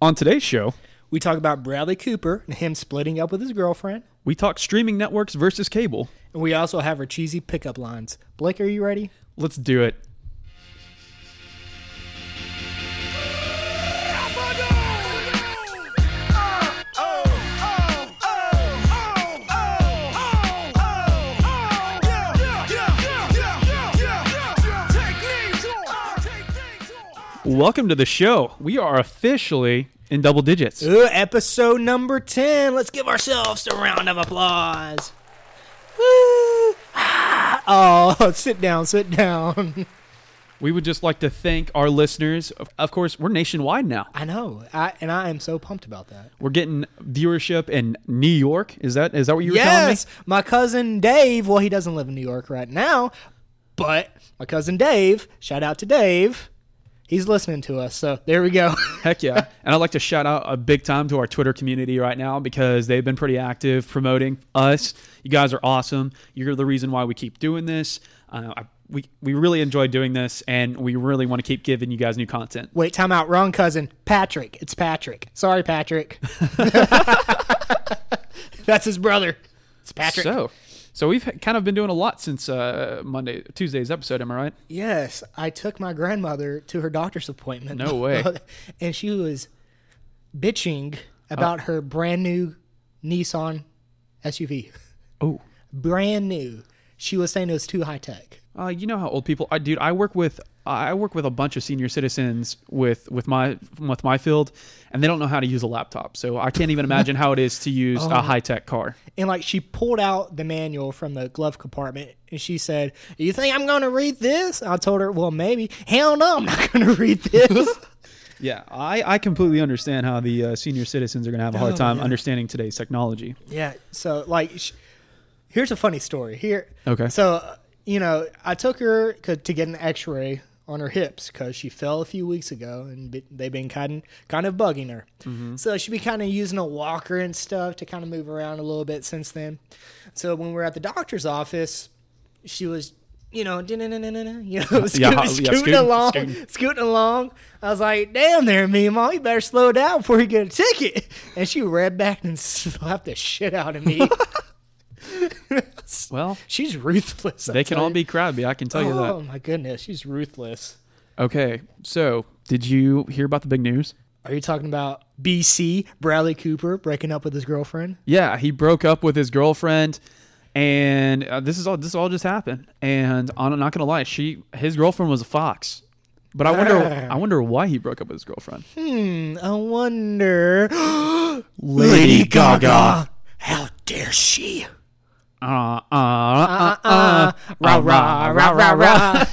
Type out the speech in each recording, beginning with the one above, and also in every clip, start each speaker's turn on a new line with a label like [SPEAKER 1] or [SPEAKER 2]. [SPEAKER 1] On today's show,
[SPEAKER 2] We talk about Bradley Cooper and him splitting up with his girlfriend.
[SPEAKER 1] we talk streaming networks versus cable.
[SPEAKER 2] And we also have our cheesy pickup lines. Blake, are you ready?
[SPEAKER 1] Let's do it. Welcome to the show. We are officially in double digits.
[SPEAKER 2] Ooh, episode number 10. Let's give ourselves a round of applause. Woo! Ah! Oh, sit down, sit down.
[SPEAKER 1] We would just like to thank our listeners. Of- Of course, we're nationwide now.
[SPEAKER 2] I know. I, and I am so pumped about that.
[SPEAKER 1] We're getting viewership in New York. Is that is that what you were telling me?
[SPEAKER 2] Yes, my cousin Dave. Well, he doesn't live in New York right now, but my cousin Dave. Shout out to Dave. He's listening to us, so there we go.
[SPEAKER 1] Heck yeah. and I'd like to shout out a big time to our Twitter community right now because they've been pretty active promoting us. You guys are awesome. You're the reason why we keep doing this. Uh, I, we, we really enjoy doing this and we really want to keep giving you guys new content.
[SPEAKER 2] Wait, time out. Wrong cousin, Patrick. It's Patrick. Sorry, Patrick. That's his brother. It's Patrick.
[SPEAKER 1] So, so we've kind of been doing a lot since uh, Monday, Tuesday's episode. Am I right?
[SPEAKER 2] Yes, I took my grandmother to her doctor's appointment.
[SPEAKER 1] No way.
[SPEAKER 2] and she was bitching about
[SPEAKER 1] Oh.
[SPEAKER 2] her brand new Nissan SUV.
[SPEAKER 1] Oh,
[SPEAKER 2] Brand new. She was saying it was too high tech.
[SPEAKER 1] uh, you know how old people are, dude. I work with I work with a bunch of senior citizens with with my with my field, and they don't know how to use a laptop. So I can't even imagine how it is to use a high tech car.
[SPEAKER 2] and like she pulled out the manual from the glove compartment and she said, "You think I'm going to read this?" I told her, "Well, maybe. Hell no, I'm not going to read this."
[SPEAKER 1] Yeah, I, I completely understand how the uh, senior citizens are going to have a hard
[SPEAKER 2] Oh,
[SPEAKER 1] time
[SPEAKER 2] yeah.
[SPEAKER 1] understanding today's technology.
[SPEAKER 2] yeah. So like, sh- here's a funny story. Here.
[SPEAKER 1] Okay.
[SPEAKER 2] So uh, you know, I took her co- to get an X-ray on her hips because she fell a few weeks ago and be- they've been kind of, kind of bugging her. So she'd be kind of using a walker and stuff to kind of move around a little bit since then. So when we were at the doctor's office, she was, you know, you know, scoot,
[SPEAKER 1] yeah,
[SPEAKER 2] scooting
[SPEAKER 1] scooting,
[SPEAKER 2] along,
[SPEAKER 1] scooting.
[SPEAKER 2] scooting. along. I was like, "Damn there, Mima, you better slow down before you get a ticket." And she ran back and slapped the shit out of me.
[SPEAKER 1] Well,
[SPEAKER 2] She's ruthless. I
[SPEAKER 1] they can
[SPEAKER 2] tell
[SPEAKER 1] all
[SPEAKER 2] you.
[SPEAKER 1] be crabby. I can tell you
[SPEAKER 2] Oh
[SPEAKER 1] that.
[SPEAKER 2] my goodness, she's ruthless.
[SPEAKER 1] Okay, so did you hear about the big news?
[SPEAKER 2] Are you talking about BC Bradley Cooper breaking up with his girlfriend?
[SPEAKER 1] Yeah, he broke up with his girlfriend, and uh, this is all this all just happened. And I'm not gonna lie, she his girlfriend was a fox, but I wonder I wonder why he broke up with his girlfriend.
[SPEAKER 2] Hmm, I wonder.
[SPEAKER 1] Lady Gaga.
[SPEAKER 2] How dare she?
[SPEAKER 1] Uh, uh, uh, uh,
[SPEAKER 2] Rah rah rah rah rah.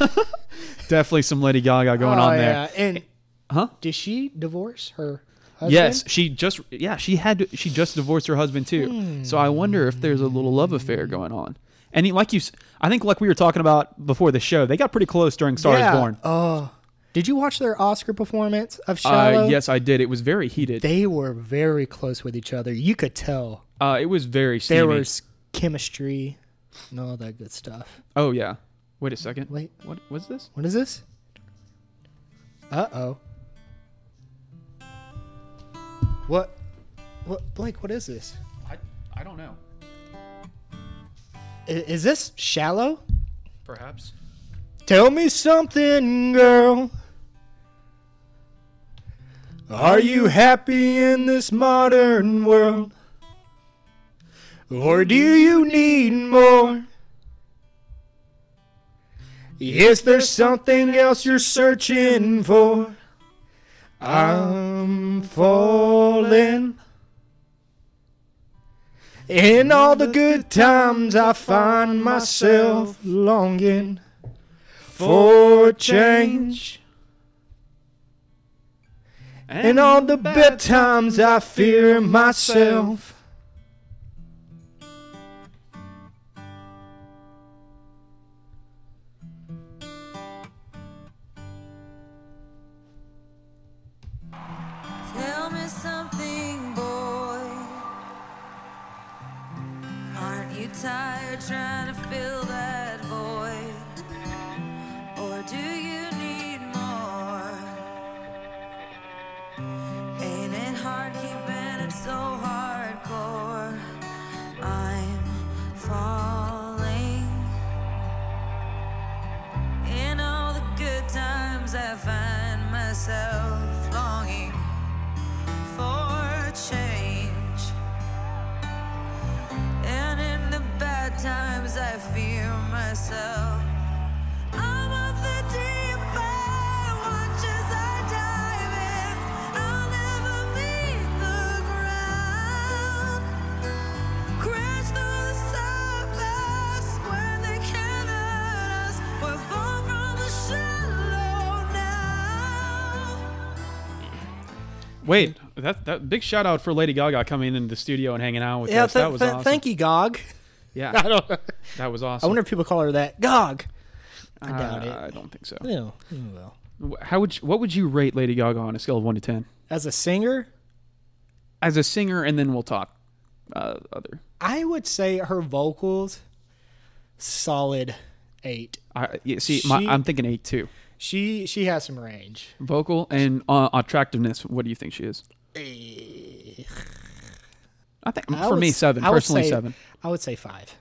[SPEAKER 1] Definitely some Lady Gaga going
[SPEAKER 2] Oh
[SPEAKER 1] on there.
[SPEAKER 2] yeah, and
[SPEAKER 1] Huh?
[SPEAKER 2] Did she divorce her? Husband?
[SPEAKER 1] Yes, she just yeah she had she just divorced her husband too.
[SPEAKER 2] Hmm.
[SPEAKER 1] So I wonder if there's a little love affair going on. And he, like you, s- I think like we were talking about before the show, they got pretty close during Star
[SPEAKER 2] Yeah.
[SPEAKER 1] is Born.
[SPEAKER 2] Oh, did you watch their Oscar performance of Shallow?
[SPEAKER 1] Uh, yes, I did. It was very heated.
[SPEAKER 2] They were very close with each other. You could tell
[SPEAKER 1] Uh, it was very
[SPEAKER 2] there
[SPEAKER 1] steamy.
[SPEAKER 2] was chemistry and all that good stuff.
[SPEAKER 1] oh yeah. Wait a second.
[SPEAKER 2] Wait.
[SPEAKER 1] What was this?
[SPEAKER 2] What is this? Uh oh. What? What, Blake? What is this?
[SPEAKER 1] I, I don't know.
[SPEAKER 2] I- is this shallow?
[SPEAKER 1] Perhaps.
[SPEAKER 2] Tell me something, girl. Are you happy in this modern world? Or do you need more? Is there something else you're searching for? I'm falling. In all the good times, I find myself longing for change. In all the bad times, I fear myself.
[SPEAKER 3] Tell me something, boy. Aren't you tired trying to fill that void? Or do you need more? Ain't it
[SPEAKER 1] Wait, that that big shout out for Lady Gaga coming into the studio and hanging out with
[SPEAKER 2] Yeah,
[SPEAKER 1] us.
[SPEAKER 2] th-
[SPEAKER 1] that was
[SPEAKER 2] th-
[SPEAKER 1] awesome.
[SPEAKER 2] thank you, Gog. I
[SPEAKER 1] Yeah,
[SPEAKER 2] don't. Know.
[SPEAKER 1] that was
[SPEAKER 2] I
[SPEAKER 1] awesome.
[SPEAKER 2] wonder if people call her that. Gog. I
[SPEAKER 1] Uh,
[SPEAKER 2] doubt it.
[SPEAKER 1] I don't think so.
[SPEAKER 2] No, oh well.
[SPEAKER 1] Wh- How would you, what would you rate Lady Gaga on a scale of one to ten
[SPEAKER 2] As a singer,
[SPEAKER 1] as a singer? And then we'll talk uh, other.
[SPEAKER 2] I would say her vocals, solid eight.
[SPEAKER 1] I, yeah, see, my,
[SPEAKER 2] She-
[SPEAKER 1] I'm thinking eight too.
[SPEAKER 2] She she has some range.
[SPEAKER 1] Vocal and uh, attractiveness. What do you think she is? I think
[SPEAKER 2] Eh. I
[SPEAKER 1] for
[SPEAKER 2] would
[SPEAKER 1] me
[SPEAKER 2] s-
[SPEAKER 1] seven.
[SPEAKER 2] I would
[SPEAKER 1] Personally
[SPEAKER 2] say-
[SPEAKER 1] seven.
[SPEAKER 2] I would say five.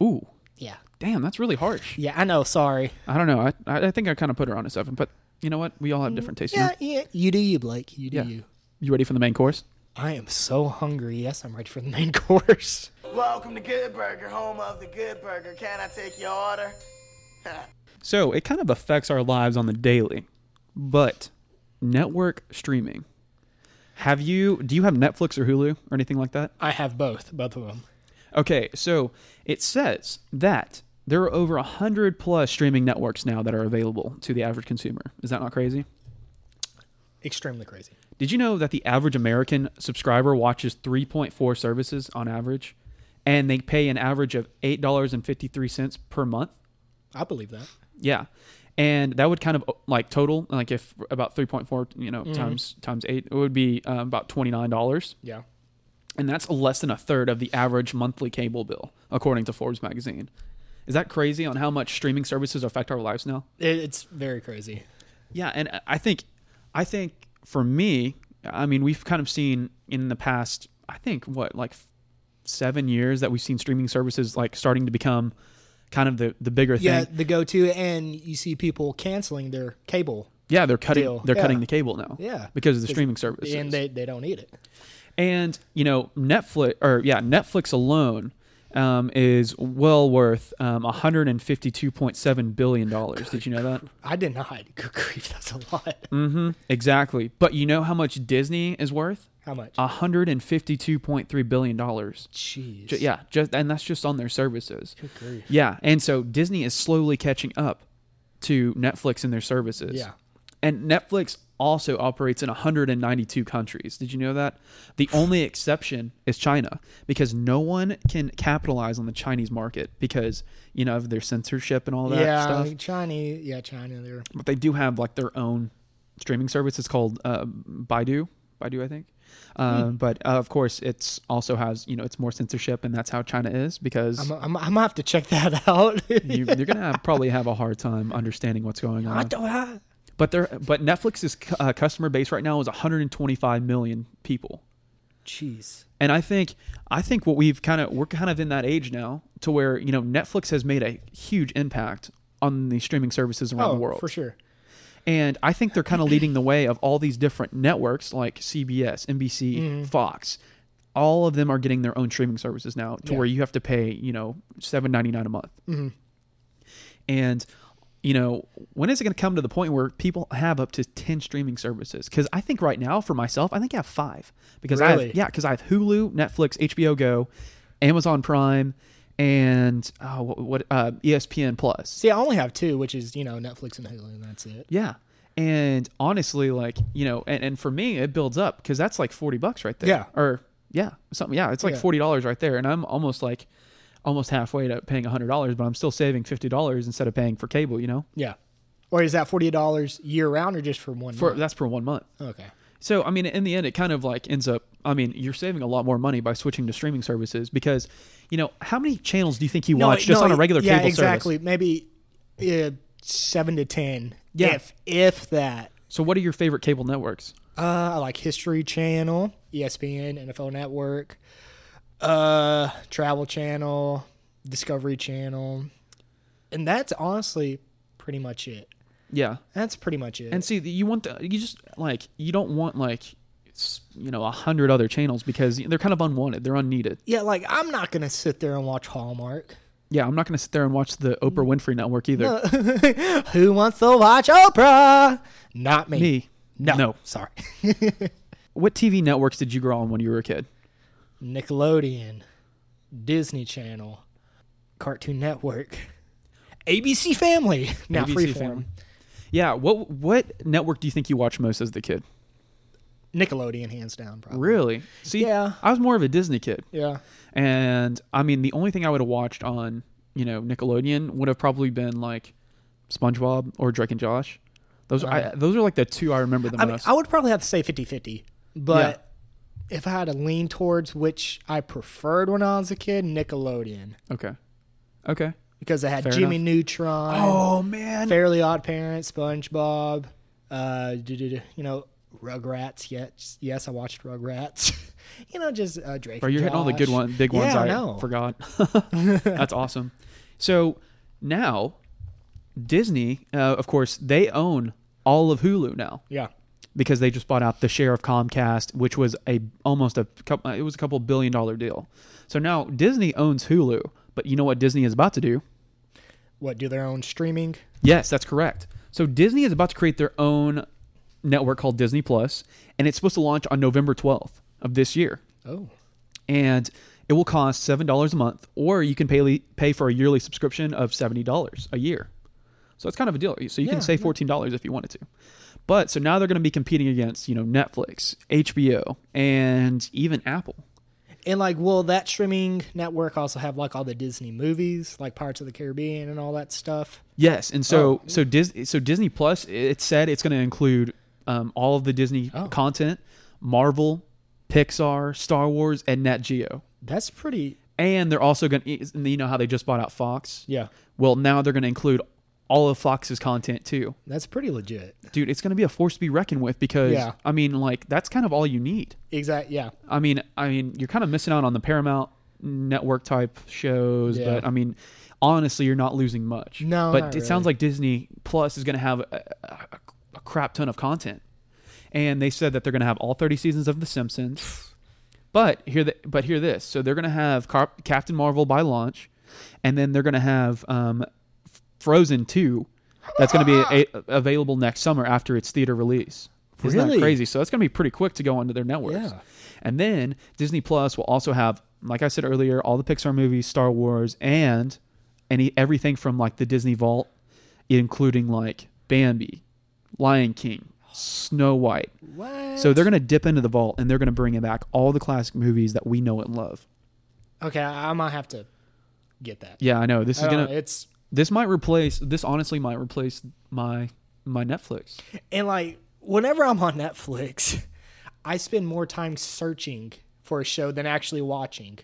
[SPEAKER 1] Ooh,
[SPEAKER 2] Yeah.
[SPEAKER 1] damn, that's really harsh.
[SPEAKER 2] Yeah, I know. Sorry.
[SPEAKER 1] I don't know. I I I think I kind of put her on a seven, but you know what? We all have different tastes.
[SPEAKER 2] Yeah,
[SPEAKER 1] here.
[SPEAKER 2] yeah. You do you, Blake. You do
[SPEAKER 1] Yeah.
[SPEAKER 2] you.
[SPEAKER 1] You ready for the main course?
[SPEAKER 2] I am so hungry. Yes, I'm ready for the main course.
[SPEAKER 4] Welcome to Good Burger, home of the Good Burger. Can I take your order?
[SPEAKER 1] So it kind of affects our lives on the daily, but network streaming. Have you? Do you have Netflix or Hulu or anything like that?
[SPEAKER 2] I have both, both of them.
[SPEAKER 1] Okay, so it says that there are over 100 plus streaming networks now that are available to the average consumer. Is that not crazy?
[SPEAKER 2] Extremely crazy.
[SPEAKER 1] Did you know that the average American subscriber watches 3.4 services on average and they pay an average of $8.53 per month?
[SPEAKER 2] I believe that.
[SPEAKER 1] Yeah. And that would kind of like total like if about 3.4, you know, times times 8, it would be uh, about $29
[SPEAKER 2] Yeah.
[SPEAKER 1] and that's less than a third of the average monthly cable bill, according to Forbes magazine. Is that crazy on how much streaming services affect our lives now?
[SPEAKER 2] It, it's very crazy.
[SPEAKER 1] Yeah, and uh, I- I think, I think for me, I mean, we've kind of seen in the past, I think what like f- seven years that we've seen streaming services like starting to become kind of the the bigger
[SPEAKER 2] Yeah,
[SPEAKER 1] thing.
[SPEAKER 2] the go to, and you see people canceling their cable,
[SPEAKER 1] Yeah, they're cutting
[SPEAKER 2] Deal.
[SPEAKER 1] they're
[SPEAKER 2] Yeah.
[SPEAKER 1] cutting the cable now.
[SPEAKER 2] Yeah.
[SPEAKER 1] because of the streaming services.
[SPEAKER 2] and they, they don't need it.
[SPEAKER 1] and you know Netflix or yeah Netflix alone um, is well worth um, 152.7 billion dollars. Did you know that?
[SPEAKER 2] I did not. Good grief, that's a lot.
[SPEAKER 1] Mm. Exactly. But you know how much Disney is worth?
[SPEAKER 2] How much?
[SPEAKER 1] 152.3 billion dollars.
[SPEAKER 2] Jeez.
[SPEAKER 1] Ju- yeah, just and that's just on their services.
[SPEAKER 2] grief.
[SPEAKER 1] Yeah, and so Disney is slowly catching up to Netflix and their services.
[SPEAKER 2] Yeah.
[SPEAKER 1] And Netflix also operates in 192 countries. Did you know that? The only exception is China because no one can capitalize on the Chinese market because, you know, of their censorship and all that
[SPEAKER 2] yeah,
[SPEAKER 1] stuff.
[SPEAKER 2] like Chinese. Yeah, China. They're
[SPEAKER 1] But they do have like their own streaming service. It's called uh, Baidu. Baidu, I think. Uh,
[SPEAKER 2] Hmm.
[SPEAKER 1] But uh, of course, it's also has you know it's more censorship, and that's how China is because
[SPEAKER 2] I'm, I'm, I'm gonna have to check that out.
[SPEAKER 1] you, you're gonna have, probably have a hard time understanding what's going
[SPEAKER 2] I
[SPEAKER 1] on.
[SPEAKER 2] don't have.
[SPEAKER 1] But there, but Netflix's cu- uh, customer base right now is 125 million people,
[SPEAKER 2] Jeez.
[SPEAKER 1] and I think I think what we've kind of we're kind of in that age now to where you know Netflix has made a huge impact on the streaming services around
[SPEAKER 2] Oh,
[SPEAKER 1] the world
[SPEAKER 2] for sure.
[SPEAKER 1] and I think they're kind of leading the way of all these different networks like CBS, NBC,
[SPEAKER 2] Mm-hmm.
[SPEAKER 1] Fox. All of them are getting their own streaming services now, to
[SPEAKER 2] Yeah. Mm-hmm.
[SPEAKER 1] where you have to pay, you know, seven ninety nine a month. And you know, when is it going to come to the point where people have up to ten streaming services? Because I think right now, for myself, I think I have five. Because I
[SPEAKER 2] Really?
[SPEAKER 1] have, yeah, because I have Hulu, Netflix, HBO Go, Amazon Prime, and oh, what, what uh, ESPN Plus.
[SPEAKER 2] See, I only have two, which is you know Netflix and Hulu, and that's it.
[SPEAKER 1] Yeah. And honestly, like, you know, and, and for me, it builds up because that's like 40 bucks right there.
[SPEAKER 2] Yeah.
[SPEAKER 1] Or, yeah, something. Yeah. It's like
[SPEAKER 2] Yeah.
[SPEAKER 1] $40 right there. And I'm almost like, almost halfway to paying $100, but I'm still saving $50 instead of paying for cable, you know?
[SPEAKER 2] Yeah. Or is that forty dollars year round, or just for one?
[SPEAKER 1] For
[SPEAKER 2] month?
[SPEAKER 1] That's for one month.
[SPEAKER 2] okay.
[SPEAKER 1] So, I mean, in the end, it kind of like ends up, I mean, you're saving a lot more money by switching to streaming services because, you know, how many channels do you think you watch just on a regular
[SPEAKER 2] yeah,
[SPEAKER 1] cable
[SPEAKER 2] exactly.
[SPEAKER 1] service?
[SPEAKER 2] Maybe uh, seven to ten.
[SPEAKER 1] Yeah.
[SPEAKER 2] If if that.
[SPEAKER 1] So, what are your favorite cable networks?
[SPEAKER 2] Uh, I like History Channel, E ESPN, NFL Network, uh, Travel Channel, Discovery Channel, and that's honestly pretty much it.
[SPEAKER 1] Yeah.
[SPEAKER 2] That's pretty much it.
[SPEAKER 1] And see, you want the you just like you don't want like s- you know a hundred other channels because they're kind of unwanted. They're unneeded.
[SPEAKER 2] yeah, like I'm not gonna sit there and watch Hallmark.
[SPEAKER 1] Yeah, I'm not going to sit there and watch the Oprah
[SPEAKER 2] Mm.
[SPEAKER 1] Winfrey Network either.
[SPEAKER 2] Who wants to watch Oprah? Not me.
[SPEAKER 1] Me,
[SPEAKER 2] No,
[SPEAKER 1] no.
[SPEAKER 2] sorry.
[SPEAKER 1] What TV networks did you grow on when you were a kid?
[SPEAKER 2] Nickelodeon, Disney Channel, Cartoon Network, ABC Family. Now
[SPEAKER 1] ABC
[SPEAKER 2] Freeform.
[SPEAKER 1] Family. Yeah. What what network do you think you watched most as the kid?
[SPEAKER 2] Nickelodeon hands down. Probably.
[SPEAKER 1] Really? See,
[SPEAKER 2] Yeah.
[SPEAKER 1] I was more of a Disney kid.
[SPEAKER 2] Yeah.
[SPEAKER 1] And I mean, the only thing I would have watched on, you know, Nickelodeon would have probably been like SpongeBob or Drake and Josh. Those I, those are like the two I remember the
[SPEAKER 2] I mean,
[SPEAKER 1] most.
[SPEAKER 2] I would probably have to say 50-50, but if I had to lean towards which I preferred when I was a kid, Nickelodeon,
[SPEAKER 1] okay. Okay.
[SPEAKER 2] because I had
[SPEAKER 1] Fair Oh.
[SPEAKER 2] Jimmy Neutron,
[SPEAKER 1] man.
[SPEAKER 2] Fairly Odd Parents, SpongeBob, uh, du-du-du, you know, Rugrats. Yes, yes, I watched Rugrats. you know, just uh, Drake.
[SPEAKER 1] Bro, you're hitting all the good one,
[SPEAKER 2] ones,
[SPEAKER 1] big ones
[SPEAKER 2] Yeah,
[SPEAKER 1] I
[SPEAKER 2] know.
[SPEAKER 1] forgot. That's awesome. So now, Disney, uh, of course, they own all of Hulu now
[SPEAKER 2] Yeah,
[SPEAKER 1] because they just bought out the share of Comcast, which was a almost a couple, it was a couple billion dollar deal. So now Disney owns Hulu, but you know what Disney is about to do?
[SPEAKER 2] what do their own streaming?
[SPEAKER 1] Yes, that's correct. So Disney is about to create their own network called Disney Plus, and it's supposed to launch on November 12th of this year.
[SPEAKER 2] Oh,
[SPEAKER 1] and it will cost seven dollars a month, or you can pay le- pay for a yearly subscription of seventy dollars a year. So it's kind of a deal. So you
[SPEAKER 2] Yeah,
[SPEAKER 1] can save
[SPEAKER 2] yeah.
[SPEAKER 1] fourteen dollars if you wanted to. But so now they're going to be competing against you know Netflix, HBO, and even Apple.
[SPEAKER 2] and like, will that streaming network also have like all the Disney movies, like Pirates of the Caribbean and all that stuff?
[SPEAKER 1] Yes, and so so Disney so Disney Plus it said it's going to include um, all of the Disney content, Marvel, Pixar, Star Wars, and Nat Geo.
[SPEAKER 2] That's pretty.
[SPEAKER 1] And they're also going to you know how they just bought out Fox.
[SPEAKER 2] Yeah,
[SPEAKER 1] Well, now they're going to include all of Fox's content too.
[SPEAKER 2] that's pretty legit.
[SPEAKER 1] Dude, it's going to be a force to be reckoned with because
[SPEAKER 2] Yeah.
[SPEAKER 1] I mean, like that's kind of all you need.
[SPEAKER 2] Exact. Yeah.
[SPEAKER 1] I mean, I mean, you're kind of missing out on the Paramount network type shows,
[SPEAKER 2] Yeah.
[SPEAKER 1] but I mean, honestly, you're not losing much.
[SPEAKER 2] No,
[SPEAKER 1] but
[SPEAKER 2] not
[SPEAKER 1] it sounds
[SPEAKER 2] really.
[SPEAKER 1] like Disney Plus is going to have a, a, a crap ton of content, and they said that they're going to have all 30 seasons of The Simpsons. But here, the, but hear this. So they're going to have Car- Captain Marvel by launch, and then they're going to have um, F- Frozen Two. That's going to be a, available next summer after its theater release. Isn't
[SPEAKER 2] Really?
[SPEAKER 1] that crazy? So that's going to be pretty quick to go onto their networks.
[SPEAKER 2] Yeah.
[SPEAKER 1] And then Disney Plus will also have, like I said earlier, all the Pixar movies, Star Wars, and any everything from like the Disney Vault, including like Bambi, Lion King, Snow White.
[SPEAKER 2] What?
[SPEAKER 1] So they're gonna dip into the vault and they're gonna bring back all the classic movies that we know and love.
[SPEAKER 2] Okay, I I might have to get that.
[SPEAKER 1] Yeah, I know. This is
[SPEAKER 2] I don't
[SPEAKER 1] gonna.
[SPEAKER 2] know, it's
[SPEAKER 1] this might replace. This honestly might replace my my Netflix.
[SPEAKER 2] and like whenever I'm on Netflix, I spend more time searching for a show than actually watching.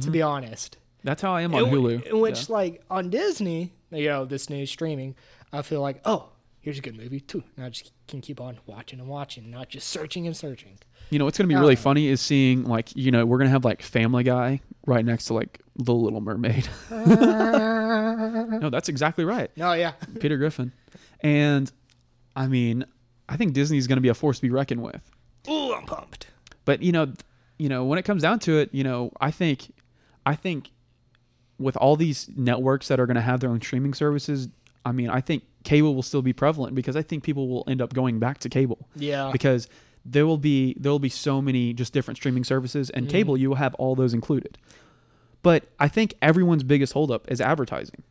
[SPEAKER 2] To be honest,
[SPEAKER 1] That's how I am on
[SPEAKER 2] In whi-
[SPEAKER 1] Hulu.
[SPEAKER 2] in which
[SPEAKER 1] Yeah.
[SPEAKER 2] like on Disney, you know, this new streaming, I feel like oh, here's a good movie too. And I just can keep on watching and watching, not just searching and searching.
[SPEAKER 1] You know what's gonna be really funny is seeing like you know we're gonna have like Family Guy right next to like The Little Mermaid. no, that's exactly right.
[SPEAKER 2] No, yeah,
[SPEAKER 1] Peter Griffin, and I mean I think Disney's gonna be a force to be reckoned with.
[SPEAKER 2] ooh, I'm pumped.
[SPEAKER 1] But you know, th- you know, when it comes down to it, you know, I think, I think, with all these networks that are going to have their own streaming services, I mean, I think cable will still be prevalent because I think people will end up going back to cable.
[SPEAKER 2] Yeah.
[SPEAKER 1] Because there will be there will be so many just different streaming services, and cable you will have all those included. But I think everyone's biggest holdup is advertising.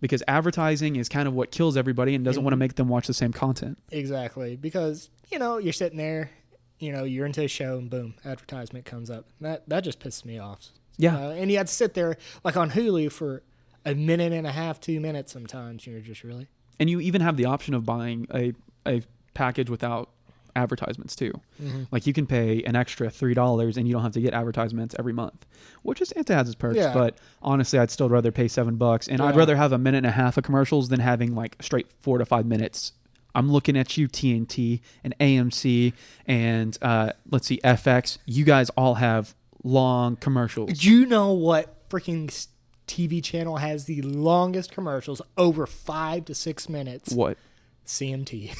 [SPEAKER 1] Because advertising is kind of what kills everybody and doesn't want to make them watch the same content.
[SPEAKER 2] Exactly, because you know you're sitting there, you know you're into a show, and boom, advertisement comes up. That that just pisses me off.
[SPEAKER 1] Yeah.
[SPEAKER 2] Uh, and you had to sit there like on Hulu for a minute and a half, two minutes sometimes. You're just really
[SPEAKER 1] and you even have the option of buying a, a package without advertisements too
[SPEAKER 2] Mm-hmm.
[SPEAKER 1] like you can pay an extra three dollars and you don't have to get advertisements every month which is it has its perks
[SPEAKER 2] Yeah.
[SPEAKER 1] but honestly i'd still rather pay seven bucks and i'd
[SPEAKER 2] Yeah.
[SPEAKER 1] rather have a minute and a half of commercials than having like straight four to five minutes i'm looking at you tnt and amc and uh, let's see fx you guys all have long commercials
[SPEAKER 2] Do you know what freaking s- TV channel has the longest commercials, over five to six minutes?
[SPEAKER 1] what
[SPEAKER 2] CMT.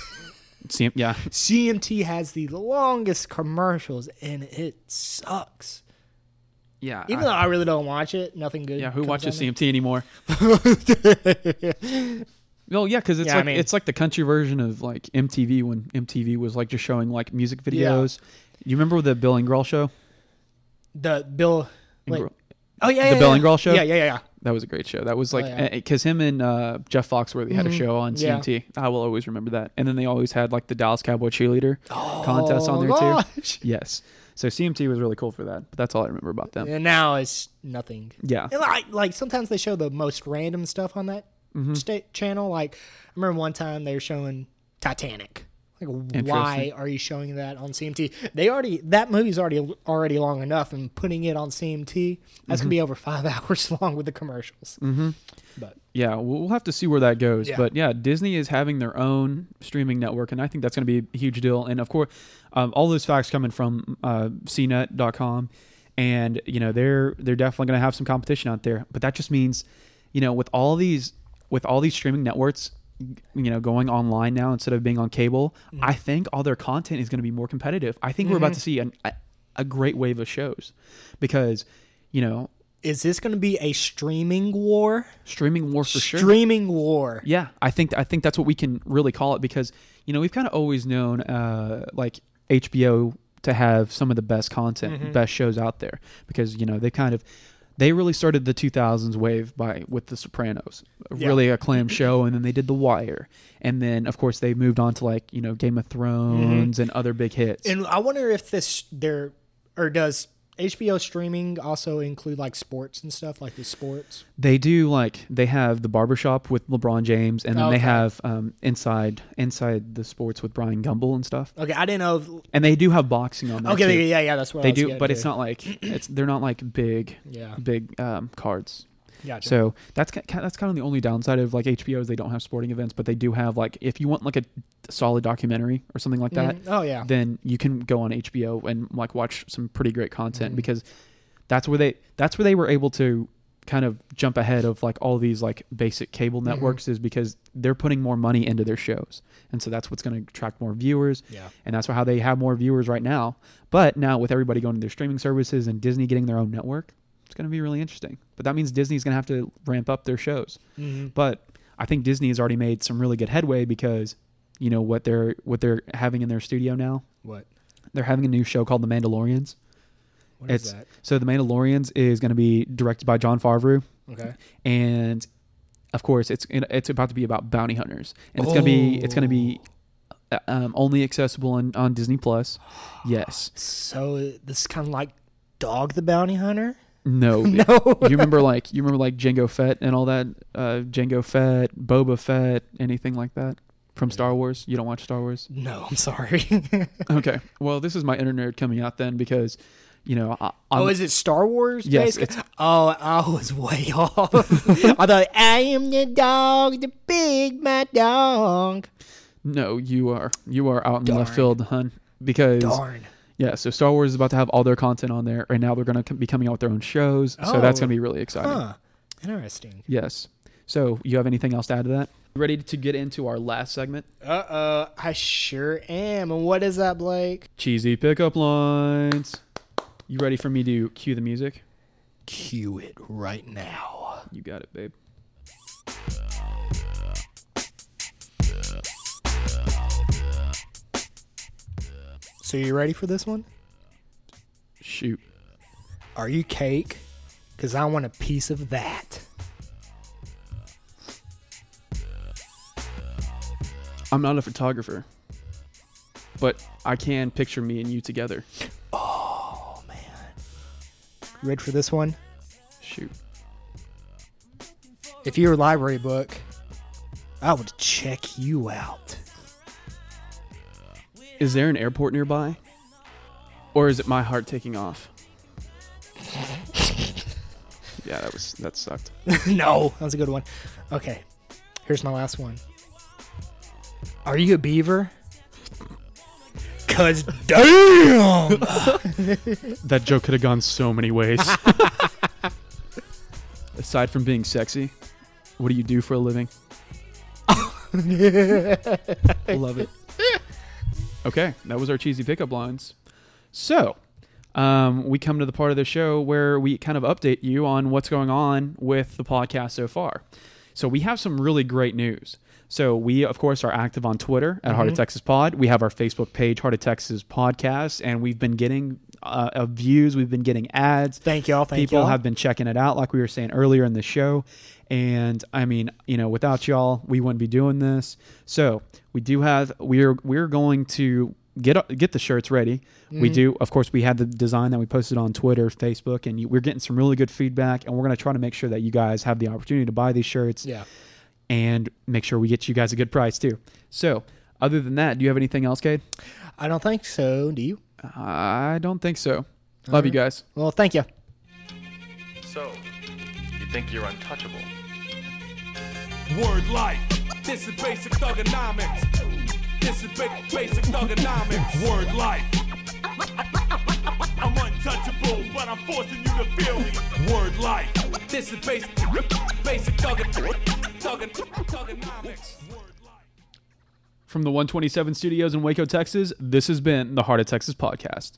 [SPEAKER 1] see yeah
[SPEAKER 2] CMT has the longest commercials, and it sucks.
[SPEAKER 1] yeah
[SPEAKER 2] Even though I really don't watch it, nothing good.
[SPEAKER 1] Yeah, who
[SPEAKER 2] comes
[SPEAKER 1] watches
[SPEAKER 2] on there.
[SPEAKER 1] CMT anymore? well, yeah, because it's
[SPEAKER 2] Yeah, I
[SPEAKER 1] like
[SPEAKER 2] mean-
[SPEAKER 1] it's like the country version of like MTV when MTV was like just showing like music videos. You remember the Bill and Grohl show?
[SPEAKER 2] The Bill. Wait.
[SPEAKER 1] Grohl-
[SPEAKER 2] Oh yeah,
[SPEAKER 1] The
[SPEAKER 2] yeah,
[SPEAKER 1] Bill
[SPEAKER 2] yeah.
[SPEAKER 1] and Grohl Show?
[SPEAKER 2] Yeah, yeah, yeah. yeah.
[SPEAKER 1] That was a great show. That was like
[SPEAKER 2] Oh, yeah. Mm-hmm.
[SPEAKER 1] because him and uh, Jeff Foxworthy had a show on
[SPEAKER 2] Yeah.
[SPEAKER 1] CMT. I will always remember that. And then they always had like the Dallas Cowboy cheerleader contest on
[SPEAKER 2] Oh,
[SPEAKER 1] there
[SPEAKER 2] gosh.
[SPEAKER 1] too. Yes. So CMT was really cool for that. But that's all I remember about them.
[SPEAKER 2] And now it's nothing.
[SPEAKER 1] Yeah.
[SPEAKER 2] And like, like sometimes they show the most random stuff on that
[SPEAKER 1] Mm-hmm.
[SPEAKER 2] sta- channel. Like I remember one time they were showing Titanic. Like why
[SPEAKER 1] Interesting.
[SPEAKER 2] are you showing that on CMT? They already that movie's already already long enough, and putting it on CMT that's
[SPEAKER 1] Mm-hmm.
[SPEAKER 2] gonna be over five hours long with the commercials.
[SPEAKER 1] Yeah, we'll we'll have to see where that goes.
[SPEAKER 2] Yeah.
[SPEAKER 1] But yeah, Disney is having their own streaming network, and I think that's going to be a huge deal. And of course, um, all those facts coming from uh, CNET.com, and you know they're they're definitely going to have some competition out there. But that just means, you know, with all these with all these streaming networks, you know, going online now instead of being on cable, I think all their content is going to be more competitive. I think we're about to see an, a, a great wave of shows because, you know,
[SPEAKER 2] Is this gonna be a streaming war?
[SPEAKER 1] streaming war for sure.
[SPEAKER 2] Streaming war.
[SPEAKER 1] Yeah, I think I think that's what we can really call it because you know we've kind of always known uh, like HBO to have some of the best content,
[SPEAKER 2] Mm-hmm.
[SPEAKER 1] best shows out there because you know they kind of they really started the 2000s wave by with The Sopranos, a really acclaimed show, and then they did The Wire, and then of course they moved on to like you know Game of Thrones and other big hits.
[SPEAKER 2] Mm-hmm. And I wonder if this there or does HBO streaming also include like sports and stuff like the sports?
[SPEAKER 1] they do like they have the barbershop with LeBron James, and then
[SPEAKER 2] Okay.
[SPEAKER 1] they have um, inside inside the sports with Brian Gumble and stuff.
[SPEAKER 2] Okay, I didn't know. If,
[SPEAKER 1] And they do have boxing on that.
[SPEAKER 2] okay,
[SPEAKER 1] too.
[SPEAKER 2] yeah, yeah, that's what I
[SPEAKER 1] they
[SPEAKER 2] was
[SPEAKER 1] do
[SPEAKER 2] getting
[SPEAKER 1] but
[SPEAKER 2] to.
[SPEAKER 1] it's not like it's they're not like big
[SPEAKER 2] Yeah.
[SPEAKER 1] big um, cards
[SPEAKER 2] Gotcha.
[SPEAKER 1] so that's ki- ki- that's kind of the only downside of like HBO is they don't have sporting events but they do have like if you want like a solid documentary or something like that
[SPEAKER 2] Mhm. Oh, yeah.
[SPEAKER 1] then you can go on HBO and like watch some pretty great content
[SPEAKER 2] Mm.
[SPEAKER 1] because that's where they that's where they were able to kind of jump ahead of like all these like basic cable
[SPEAKER 2] Mm-hmm.
[SPEAKER 1] networks is because they're putting more money into their shows and so that's what's going to attract more viewers
[SPEAKER 2] Yeah.
[SPEAKER 1] and that's how they have more viewers right now but now with everybody going to their streaming services and disney getting their own network it's going to be really interesting but that means disney's going to have to ramp up their shows but i think disney has already made some really good headway because you know what they're what they're having in their studio now
[SPEAKER 2] What?
[SPEAKER 1] they're having a new show called the mandalorians
[SPEAKER 2] What is
[SPEAKER 1] it's
[SPEAKER 2] that?
[SPEAKER 1] so the mandalorians is going to be directed by john favreau
[SPEAKER 2] Okay.
[SPEAKER 1] and of course it's it's about to be about bounty hunters and it's gonna be it's gonna be
[SPEAKER 2] Oh.
[SPEAKER 1] uh, um, only accessible on, on Disney Plus. Yes.
[SPEAKER 2] So this is kind of like Dog the Bounty Hunter.
[SPEAKER 1] No.
[SPEAKER 2] No.
[SPEAKER 1] you remember like you remember like Django Fett and all that uh, Django Fett, Boba Fett, anything like that from Star Wars. You don't watch Star Wars?
[SPEAKER 2] No, I'm sorry.
[SPEAKER 1] Okay. Well, this is my inner nerd coming out then because you know I, I'm,
[SPEAKER 2] oh, is it Star Wars?
[SPEAKER 1] Um, Yes,
[SPEAKER 2] based? Oh, I was way off. I thought I am the dog, the big my dog.
[SPEAKER 1] no you are you are out in
[SPEAKER 2] Darn.
[SPEAKER 1] left field, hun. Because
[SPEAKER 2] Darn.
[SPEAKER 1] Yeah, so Star Wars is about to have all their content on there, and now they're going to be coming out with their own shows. So that's
[SPEAKER 2] Oh.
[SPEAKER 1] going to be really exciting.
[SPEAKER 2] Huh. Interesting.
[SPEAKER 1] Yes. So you have anything else to add to that? Ready to get into our last segment?
[SPEAKER 2] Uh oh, I sure am. And what is that, Blake?
[SPEAKER 1] Cheesy pickup lines. You ready for me to cue the music?
[SPEAKER 2] Cue it right now.
[SPEAKER 1] You got it, babe.
[SPEAKER 2] So you ready for this one?
[SPEAKER 1] Shoot.
[SPEAKER 2] Are you cake? Because I want a piece of that.
[SPEAKER 1] I'm not a photographer, but I can picture me and you together.
[SPEAKER 2] You ready for this one?
[SPEAKER 1] Shoot.
[SPEAKER 2] If you're a library book, I would check you out.
[SPEAKER 1] Is there an airport nearby? Or is it my heart taking off? yeah, that was that sucked.
[SPEAKER 2] no, that was a good one. Okay, here's my last one. Are you a beaver? Cause damn.
[SPEAKER 1] That joke could have gone so many ways. Aside from being sexy, what do you do for a living? Love it. Okay, that was our cheesy pickup lines. So, um, we come to the part of the show where we kind of update you on what's going on with the podcast so far. So, we have some really great news So we, of course, are active on Twitter at Heart of Texas Pod. We have our Facebook page, Heart of Texas Podcast, and we've been getting uh, uh, views. We've been getting ads.
[SPEAKER 2] Thank y'all. Thank
[SPEAKER 1] People
[SPEAKER 2] y'all.
[SPEAKER 1] have been checking it out, like we were saying earlier in the show. And I mean, you know, without y'all, we wouldn't be doing this. So we do have we're we're going to get get the shirts ready.
[SPEAKER 2] Mm-hmm.
[SPEAKER 1] We do, of course, we had the design that we posted on Twitter, Facebook, and you, we're getting some really good feedback. And we're going to try to make sure that you guys have the opportunity to buy these shirts
[SPEAKER 2] Yeah.
[SPEAKER 1] and make sure we get you guys a good price too. So, other than that, do you have anything else, Cade?
[SPEAKER 2] I don't think so. Do you?
[SPEAKER 1] I don't think so. Love you guys.
[SPEAKER 2] Well, thank you.
[SPEAKER 5] So, you think you're untouchable?
[SPEAKER 6] Word life. This is basic thugonomics. This is ba- basic thugonomics. Word life. I'm untouchable, but I'm forcing you to feel me. Word life. This is basic basic thuggin thuggin thugonomics. Word life.
[SPEAKER 1] From the 127 studios in Waco, Texas, this has been the Heart of Texas podcast.